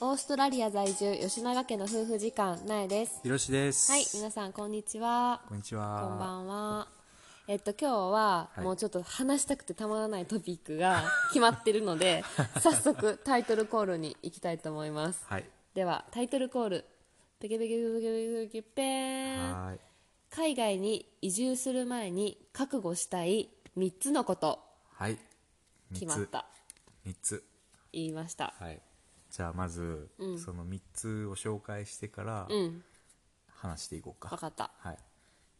オーストラリア在住吉永家の夫婦時間なえですひろしです。はい皆さんこんにちはこんにちは。こんばんはえっと今日ははいもうちょっと話したくてたまらないトピックが決まってるので早速タイトルコールに行きたいと思いますはい。ではタイトルコールペケペケペケペケペケペーンはーい。海外に移住する前に覚悟したい3つのことはい。決まった三つ。言いましたはい。じゃあまず、その三つを紹介してから、うん話していこうか。分かったはい。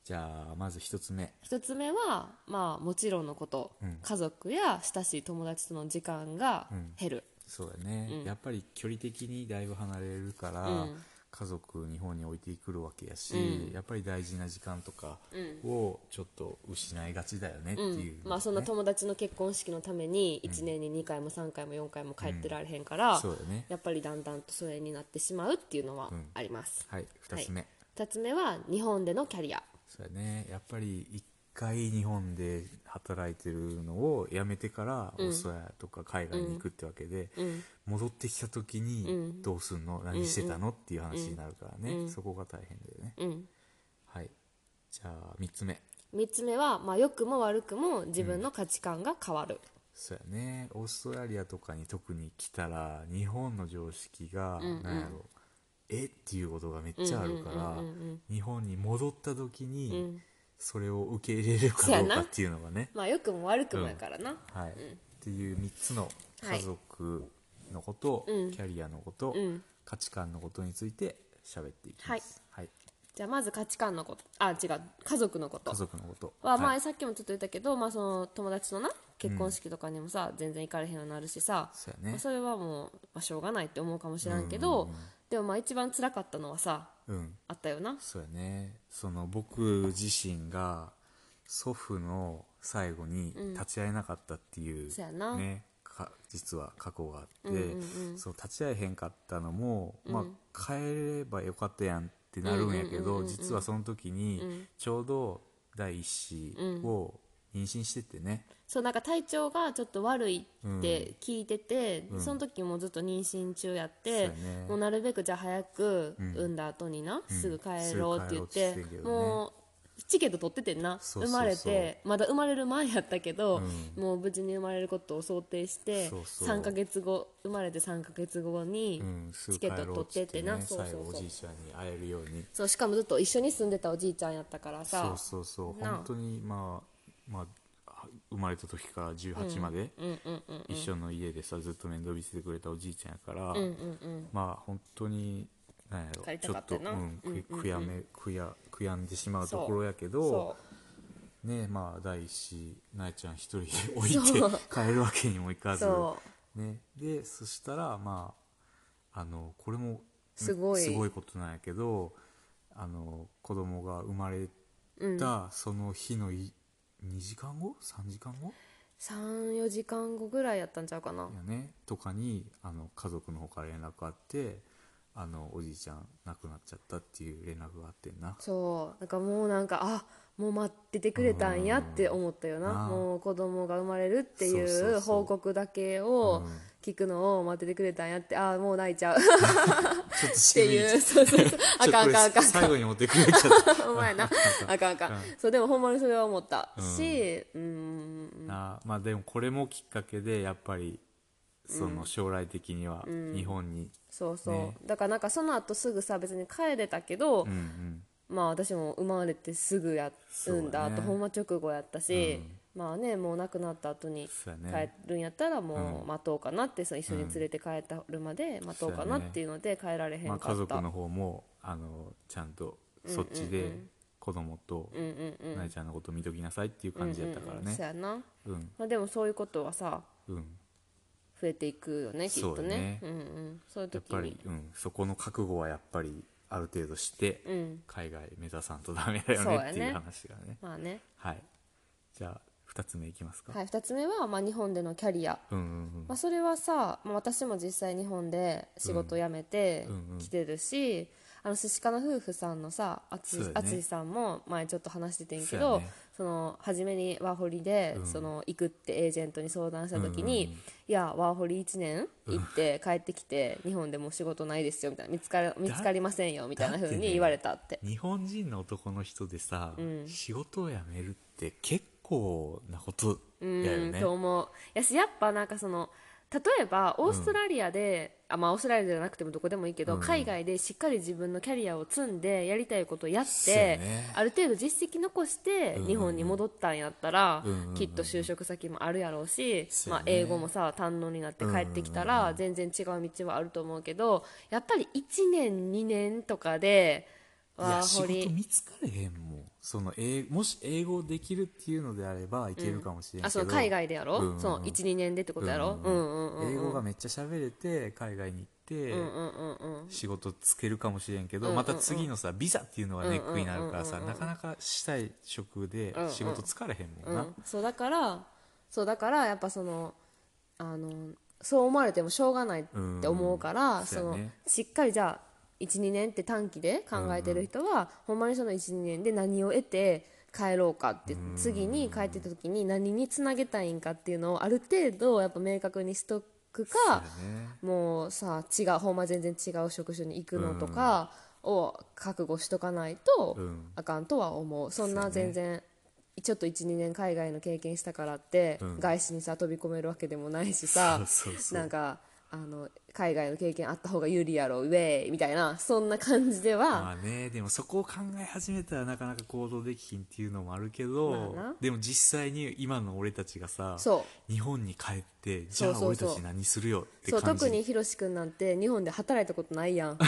じゃあまず一つ目。 1つ目はまあもちろんのこと、家族や親しい友達との時間が減る、そうだね、やっぱり距離的にだいぶ離れるから、家族日本に置いてくるわけやし、やっぱり大事な時間とかをちょっと失いがちだよねっていう、まあそんな友達の結婚式のために1年に2回も3回も4回も帰ってられへんから、そうだねやっぱりだんだんと疎遠になってしまうっていうのはんあります、はい二つ目、はい二つ目は日本でのキャリアそうやねやっぱり一回日本で働いてるのをやめてからオーストラリアとか海外に行くってわけで、戻ってきた時にどうすんの、何してたのっていう話になるからね、そこが大変だよね、うんはいじゃあ3つ目3つ目は、まあ、良くも悪くも自分の価値観が変わる、そうやねオーストラリアとかに特に来たら日本の常識が何やろう、えっていうことがめっちゃあるから、日本に戻った時にそれを受け入れれるかどうかっていうのがねまあ良くも悪くもやからな、はいっていう3つのはい家族のこと、キャリアのこと、ん価値観のことについて喋っていきます、はいじゃあまず価値観のことあ違う家族のこと家族のことは、まはあ、いさっきもちょっと言ったけど、まあ、その友達のな結婚式とかにもさ、全然行かれへんようになるしさそうやねまあそれはもう、まあ、しょうがないって思うかもしれんけど、でもまあ一番辛かったのはさうんあったよなそうやねその僕自身が祖父の最後に立ち会えなかったっていう、そうやなねか実は過去があって、そう立ち会えへんかったのも、まあ、帰ればよかったやんってなるんやけど、実はその時にちょうど第一子を妊娠しててね、そうなんか体調がちょっと悪いって聞いてて、その時もずっと妊娠中やって、そうやねもうなるべくじゃあ早く産んだ後にな、すぐ帰ろうって言ってすぐ帰ろうって言ってんけどねもうチケット取っててんなそうそうそう生まれてまだ生まれる前やったけど、もう無事に生まれることを想定してそうそう3ヶ月後生まれて3ヶ月後にうん、すぐチケット取ってってな、帰ろうっつそうっそてねう最後おそじういちゃんに会えるようにそうしかもずっと一緒に住んでたおじいちゃんやったからさそうそうそうなあ本当にまあ、まあ、生まれた時から18まで一緒の家でさずっと面倒見せてくれたおじいちゃんやから、まあ本当になんやろ帰りちたょかっったと、よう、なんく悔やめ悔や悔やんでしまうそうところやけそどうねまあ第一子なえちゃん一人で置いて帰るわけにもいかずそ、ね、でそしたらまああのこれもすごいすごいことなんやけどあの子供が生まれたその日のい、2時間後3時間後34時間後ぐらいやったんちゃうかな、やねとかにあの家族の方から連絡あってあのおじいちゃん亡くなっちゃったっていう連絡があってんなそうなんかもうなんかあもう待っててくれたんやって思ったようんなあーもう子供が生まれるっていそうそううそう報告だけを聞くのを待っててくれたんやってあーもう泣いちゃうっちょっとて渋いいう そうそうそうあかんあかんあかん最後に持ってくれちゃった お前なあかんあかんそうでもほんまにそれは思ったしうんなまあでもこれもきっかけでやっぱりその将来的には日本にそうそう、ねだからなんかその後すぐさ別に帰れたけど、うんうんまあ私も生まれてすぐやるんだそと、うだねほんま直後やったし、まあねもう亡くなった後にそう帰だねるんやったらもう待とうかなって、その一緒に連れて帰ったるまで待とうかなっていうので帰られへんまかあ、った、家族の方もあのちゃんとそっちで子供となえちゃんのこと見ときなさいっていう感じやったからそうねやな、うんまあ、でもそういうことはさうん増えていくよねきっとそうだねねうんうん、そういうやっ時ぱにり、うん、そこの覚悟はやっぱりある程度してん海外目指さんとダメだよそうやねねっていう話がねまあね、はいじゃあ2つ目いきますかはい、2つ目は、まあ、日本でのキャリアうんうんまあ、それはさ、まあ、私も実際日本で仕事辞めてうんうんうん来てるし、あの寿司家の夫婦さんのさそう淳やねさんも前ちょっと話しててんけそうど、やねその初めにワーホリで、うんその行くってエージェントに相談した時に、うんうんうんいやワーホリ1年行って帰ってきて日本でもう仕事ないですよみたいな見つか見つかりませんよみたいな風に言われたって日本人の男の人でさ、うん仕事を辞めるって結構なことうだよんねと思うやしやっぱなんかその例えばオーストラリアで、あまあオーストラリアじゃなくてもどこでもいいけど、うん海外でしっかり自分のキャリアを積んでやりたいことをやっそうて、ねある程度実績残してうん日本に戻ったんやったら、うんうんうんきっと就職先もあるやろうし、そうまねあ、英語もさ堪能になって帰ってきたら全然違う道はあると思うけどやっぱり1年2年とかでいやワー仕ホ事リ見つかれへんもんその英もし英語できるっていうのであればいけるかもしれんけど、あそう海外でやろ、うんうんうんその12年でってことやろ、ううんんううんうんうん、英語がめっちゃ喋れて海外に行って、うんうんうんうん仕事つけるかもしれんけど、うんうんうんまた次のさビザっていうのがネックになるからさ、うんうんうんうんなかなかしたい職でうんうん仕事つかれへんもうんな、ん、そうだからそうだからやっぱそのあのそう思われてもしょうがないって思うから、うんそのそうやねしっかりじゃあ12年って短期で考えてる人は、ほんまにその12年で何を得て帰ろうかって、次に帰ってた時に何につなげたいんかっていうのをある程度やっぱ明確にしとくか、そうやねもうさ違うほんま全然違う職種に行くのとかを覚悟しとかないとうんあかんとは思う、そんそうなね全然、ちょっと12年海外の経験したからって、うん外資にさ飛び込めるわけでもないしさ そうそうそうなんかあの海外の経験あった方が有利やろウェイみたいなそんな感じでは、まあねでもそこを考え始めたらなかなか行動できひんっていうのもあるけど、まあなでも実際に今の俺たちがさそ日本に帰ってじそゃうあそう俺そうたち何するよってそう感じ特にひろし君なんて日本で働いたことないや ん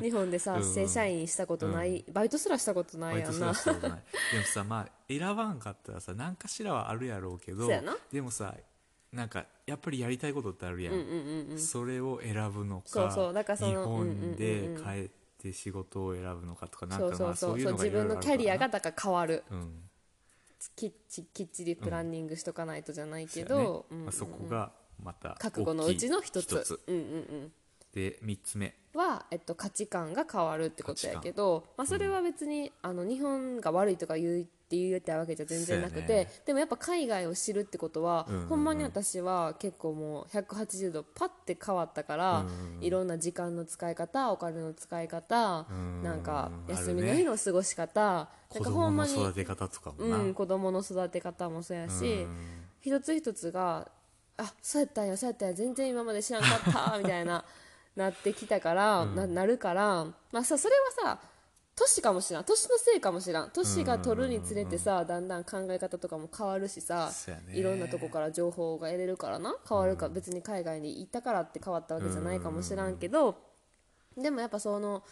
日本でさ、うん正社員したことない、バイトすらしたことなバいイやトんすならしたことないでもさまあ選ばんかったらさ何かしらはあるやろうけどそうやなでもさなんかやっぱりやりたいことってあるやん,、それを選ぶのかそうそうだからその日うんうん本うんでうん帰って仕事を選ぶのかとかなんそうかそまうあそそうういうそうのが自いろい分ろあのるキャリアがからだから変わるなうんきっちきっちりプランニングしとかないとじゃないけそうやど、ねうんまあ、そこがまた覚悟のうちの一つ大きいうんうんで3つ目うん、は、えっと、価値観が変わるってことやけど、まあ、それは別に、あの日本が悪いとか言うって言うたわけじゃ全然なくそうやて、ねでもやっぱ海外を知るってことは、うんうんうんほんまに私は結構もう180度パッて変わったから、いろんな時間の使い方お金の使い方、うんなんかあるね休みの日の過ごし方、な子んかほ供んのまに育て方とかもな、うん、子供の育て方もそうやし、うん一つ一つがあそうやったんやそうやったんや全然今まで知らんかった みたいななってきたから、ななるから、まあ、さそれはさ年かもしらん年のせいかもしらん年が取るにつれてさ、だんだん考え方とかも変わるしさそうやねいろんなとこから情報が得れるからな変わるか、別に海外に行ったからって変わったわけじゃないかもしらんけど、でもやっぱその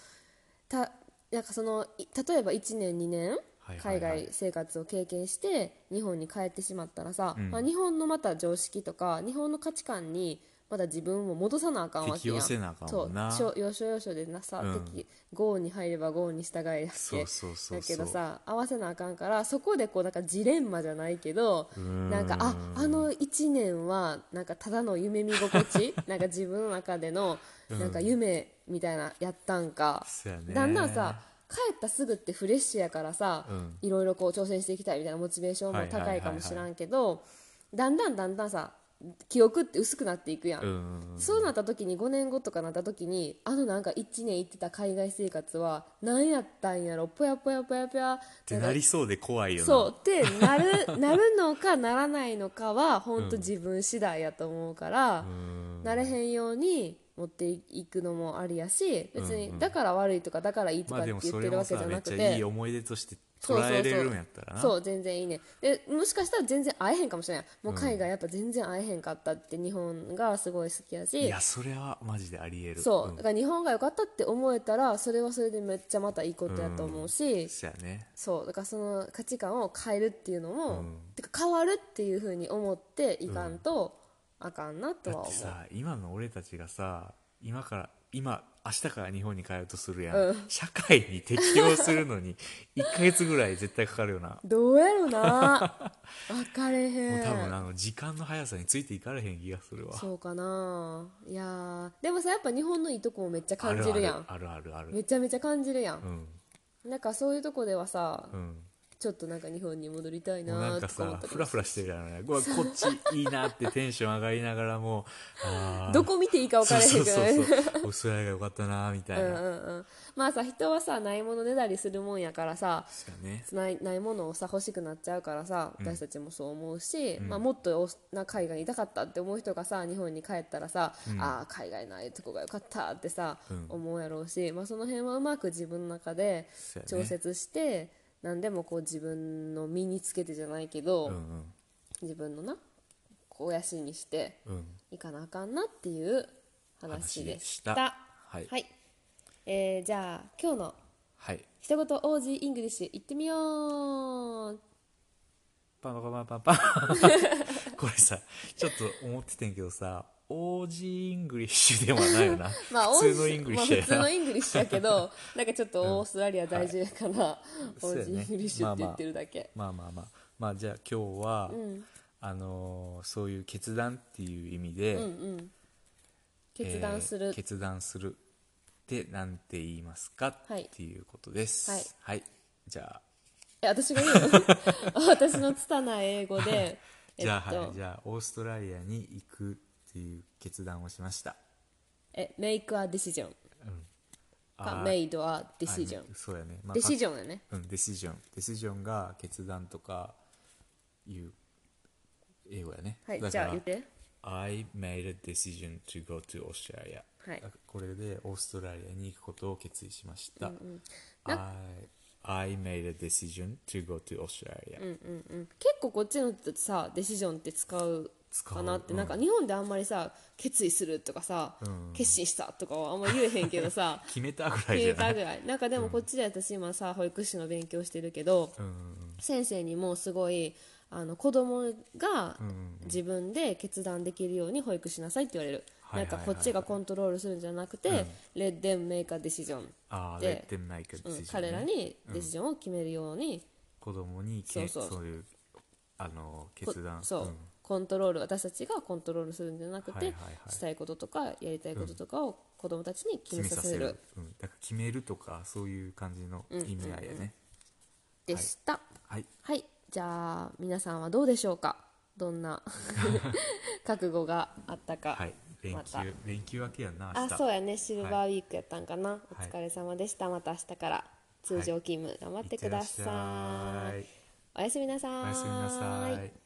たなんかそのい例えば1年2年はいはいは海い外生活を経験して日本に帰ってしまったらさ、うんまあ、日本のまた常識とか日本の価値観にまだ自分を戻さなあかんわけやん適応せなあかんもんなそうしょ要所要所でなさ、うん適合に入れば合に従いやっそけうそうそうそうだけどさ合わせなあかんからそこでこうなんかジレンマじゃないけどなんかああの1年はなんかただの夢見心 地なんか自分の中でのなんか夢みたいなやったんか、そうやねだんだんさ帰ったすぐってフレッシュやからさ、うんいろいろこう挑戦していきたいみたいなモチベーションも高いかもしらんけど、だんだんだんだんさ記憶って薄くなっていくやん、うんそうなった時に5年後とかなった時にあのなんか1年行ってた海外生活は何やったんやろぽやぽやぽやぽやってなりそうで怖いよなそうってなる なるのかならないのかは本当自分次第やと思うから、うんなれへんように持っていくのもありやし別うにんうんだから悪いとかだからいいとかまあって言っでもそてるれわもけじさゃめなっくちゃいてい思い出としてそうそう捉そうえれるんやったらなそう全然いいねでもしかしたら全然会えへんかもしれないもう海外やっぱ全然会えへんかったって日本がすごい好きやし、いやそれはマジでありえるそう、んだから日本が良かったって思えたらそれはそれでめっちゃまたいいことやと思うし、そうやねそうだからその価値観を変えるっていうのも、うんてか変わるっていうふうに思っていかんとあかんなとだはっ思てう、さ今の俺たちがさ今から今明日から日本に帰るとするやん、うん社会に適応するの に1ヶ月ぐらい絶対かかるよな、どうやろ な分かれへもんう多分あの時間の速さについていかれへん気がするわそうかないやーでもさやっぱ日本のいいとこもめっちゃ感じるやんあるあるあるあるめちゃめちゃ感じるやんう、んなんかそういうとこではさ、うんちちょっとなんか日本に戻りたいもうななんとかか思さったりフラフラしてるやろねうわこっちいいなってテンション上がりながら もあーどこ見ていいか分からへんそうくそうらいそうそうおそやがよかったなみたいな、うんうんうんまあさ人はさないものねだりするもんやからさ確かにねないないものをさ欲しくなっちゃうからさ私たちもそう思うし、まあ、もっとおな海外にいたかったって思う人がさ日本に帰ったらさ、ああ海外のああいうとこがよかったってさ、うん思うやろうし、まあ、その辺はうまく自分の中でそうや調ね節して、何でもこう自分の身につけてじゃないけど、うんうん自分のな肥やしにしてうんいかなあかんなっていう話話ででし。したたはいはいえーじゃあ今日のはい一言 OG イングリッシュ行ってみようパンパンパンパンパ ンこれさちょっと思っててんけどさ OG イングリッシュではないよな、 まあ、普通のイングリッまシュあ、や普通な、のイングリッシュやけ どなんかちょっとオーストラリア在住やから、そオうーやジねーイングリッシュって言ってるだけ、まあまあまあまあじゃあ今日は、あのーそういう決断っていう意味で、決断すえる、ー決断するってなんて言いますか、はいっていうことですはい、じゃあえ私が言う の私の拙い英語でじゃあ、えっはいとじゃあオーストラリアに行くっていう決断をしましたえ make a decision かあー made a あ decision そうやね、まあ decision やねうん、デシジョン。デシジョンが決断とかいう英語やね。はいだじからゃあ言って I made a decision to go to Australia. はいだからこれでオーストラリアに行くことを決意しました。I, I made a decision to go to Australia.、結構こっちの人ってさデシジョンって使う使うかなってうんなんか日本であんまりさ決意するとかさ、ん決心したとかはあんま言えへんけど さ決めたぐら言いじえゃなたいぐらいなんかでもこっちで私今さ保育士の勉強してるけど、うんうん先生にもすごいあの子供が自分で決断できるように保育しなさいって言われる、はいはいはいなんかこっちがコントロールするんじゃなくて、レッデンメーカーデシジョン、ああ、で let them make a うん decision、彼らにデシジョンを決めるように、子供にけそうそういうあこの決断そう、んコントロール私たちがコントロールするんじゃなくて、はいはいはいしたいこととかやりたいこととかを子供たちに決めさせる、うん、だから決めるとかそういう感じの意味合いやね、でした、はいはいじゃあ皆さんはどうでしょうかどん な覚悟があったか、はい連ま休、た連休明けやんな明あ日そうやねシルバーウィークやったんかな、おい疲れ様でしたまた明日から通常勤務頑張ってください,、はいいってらっしゃいおやすみなさーおやすみなさい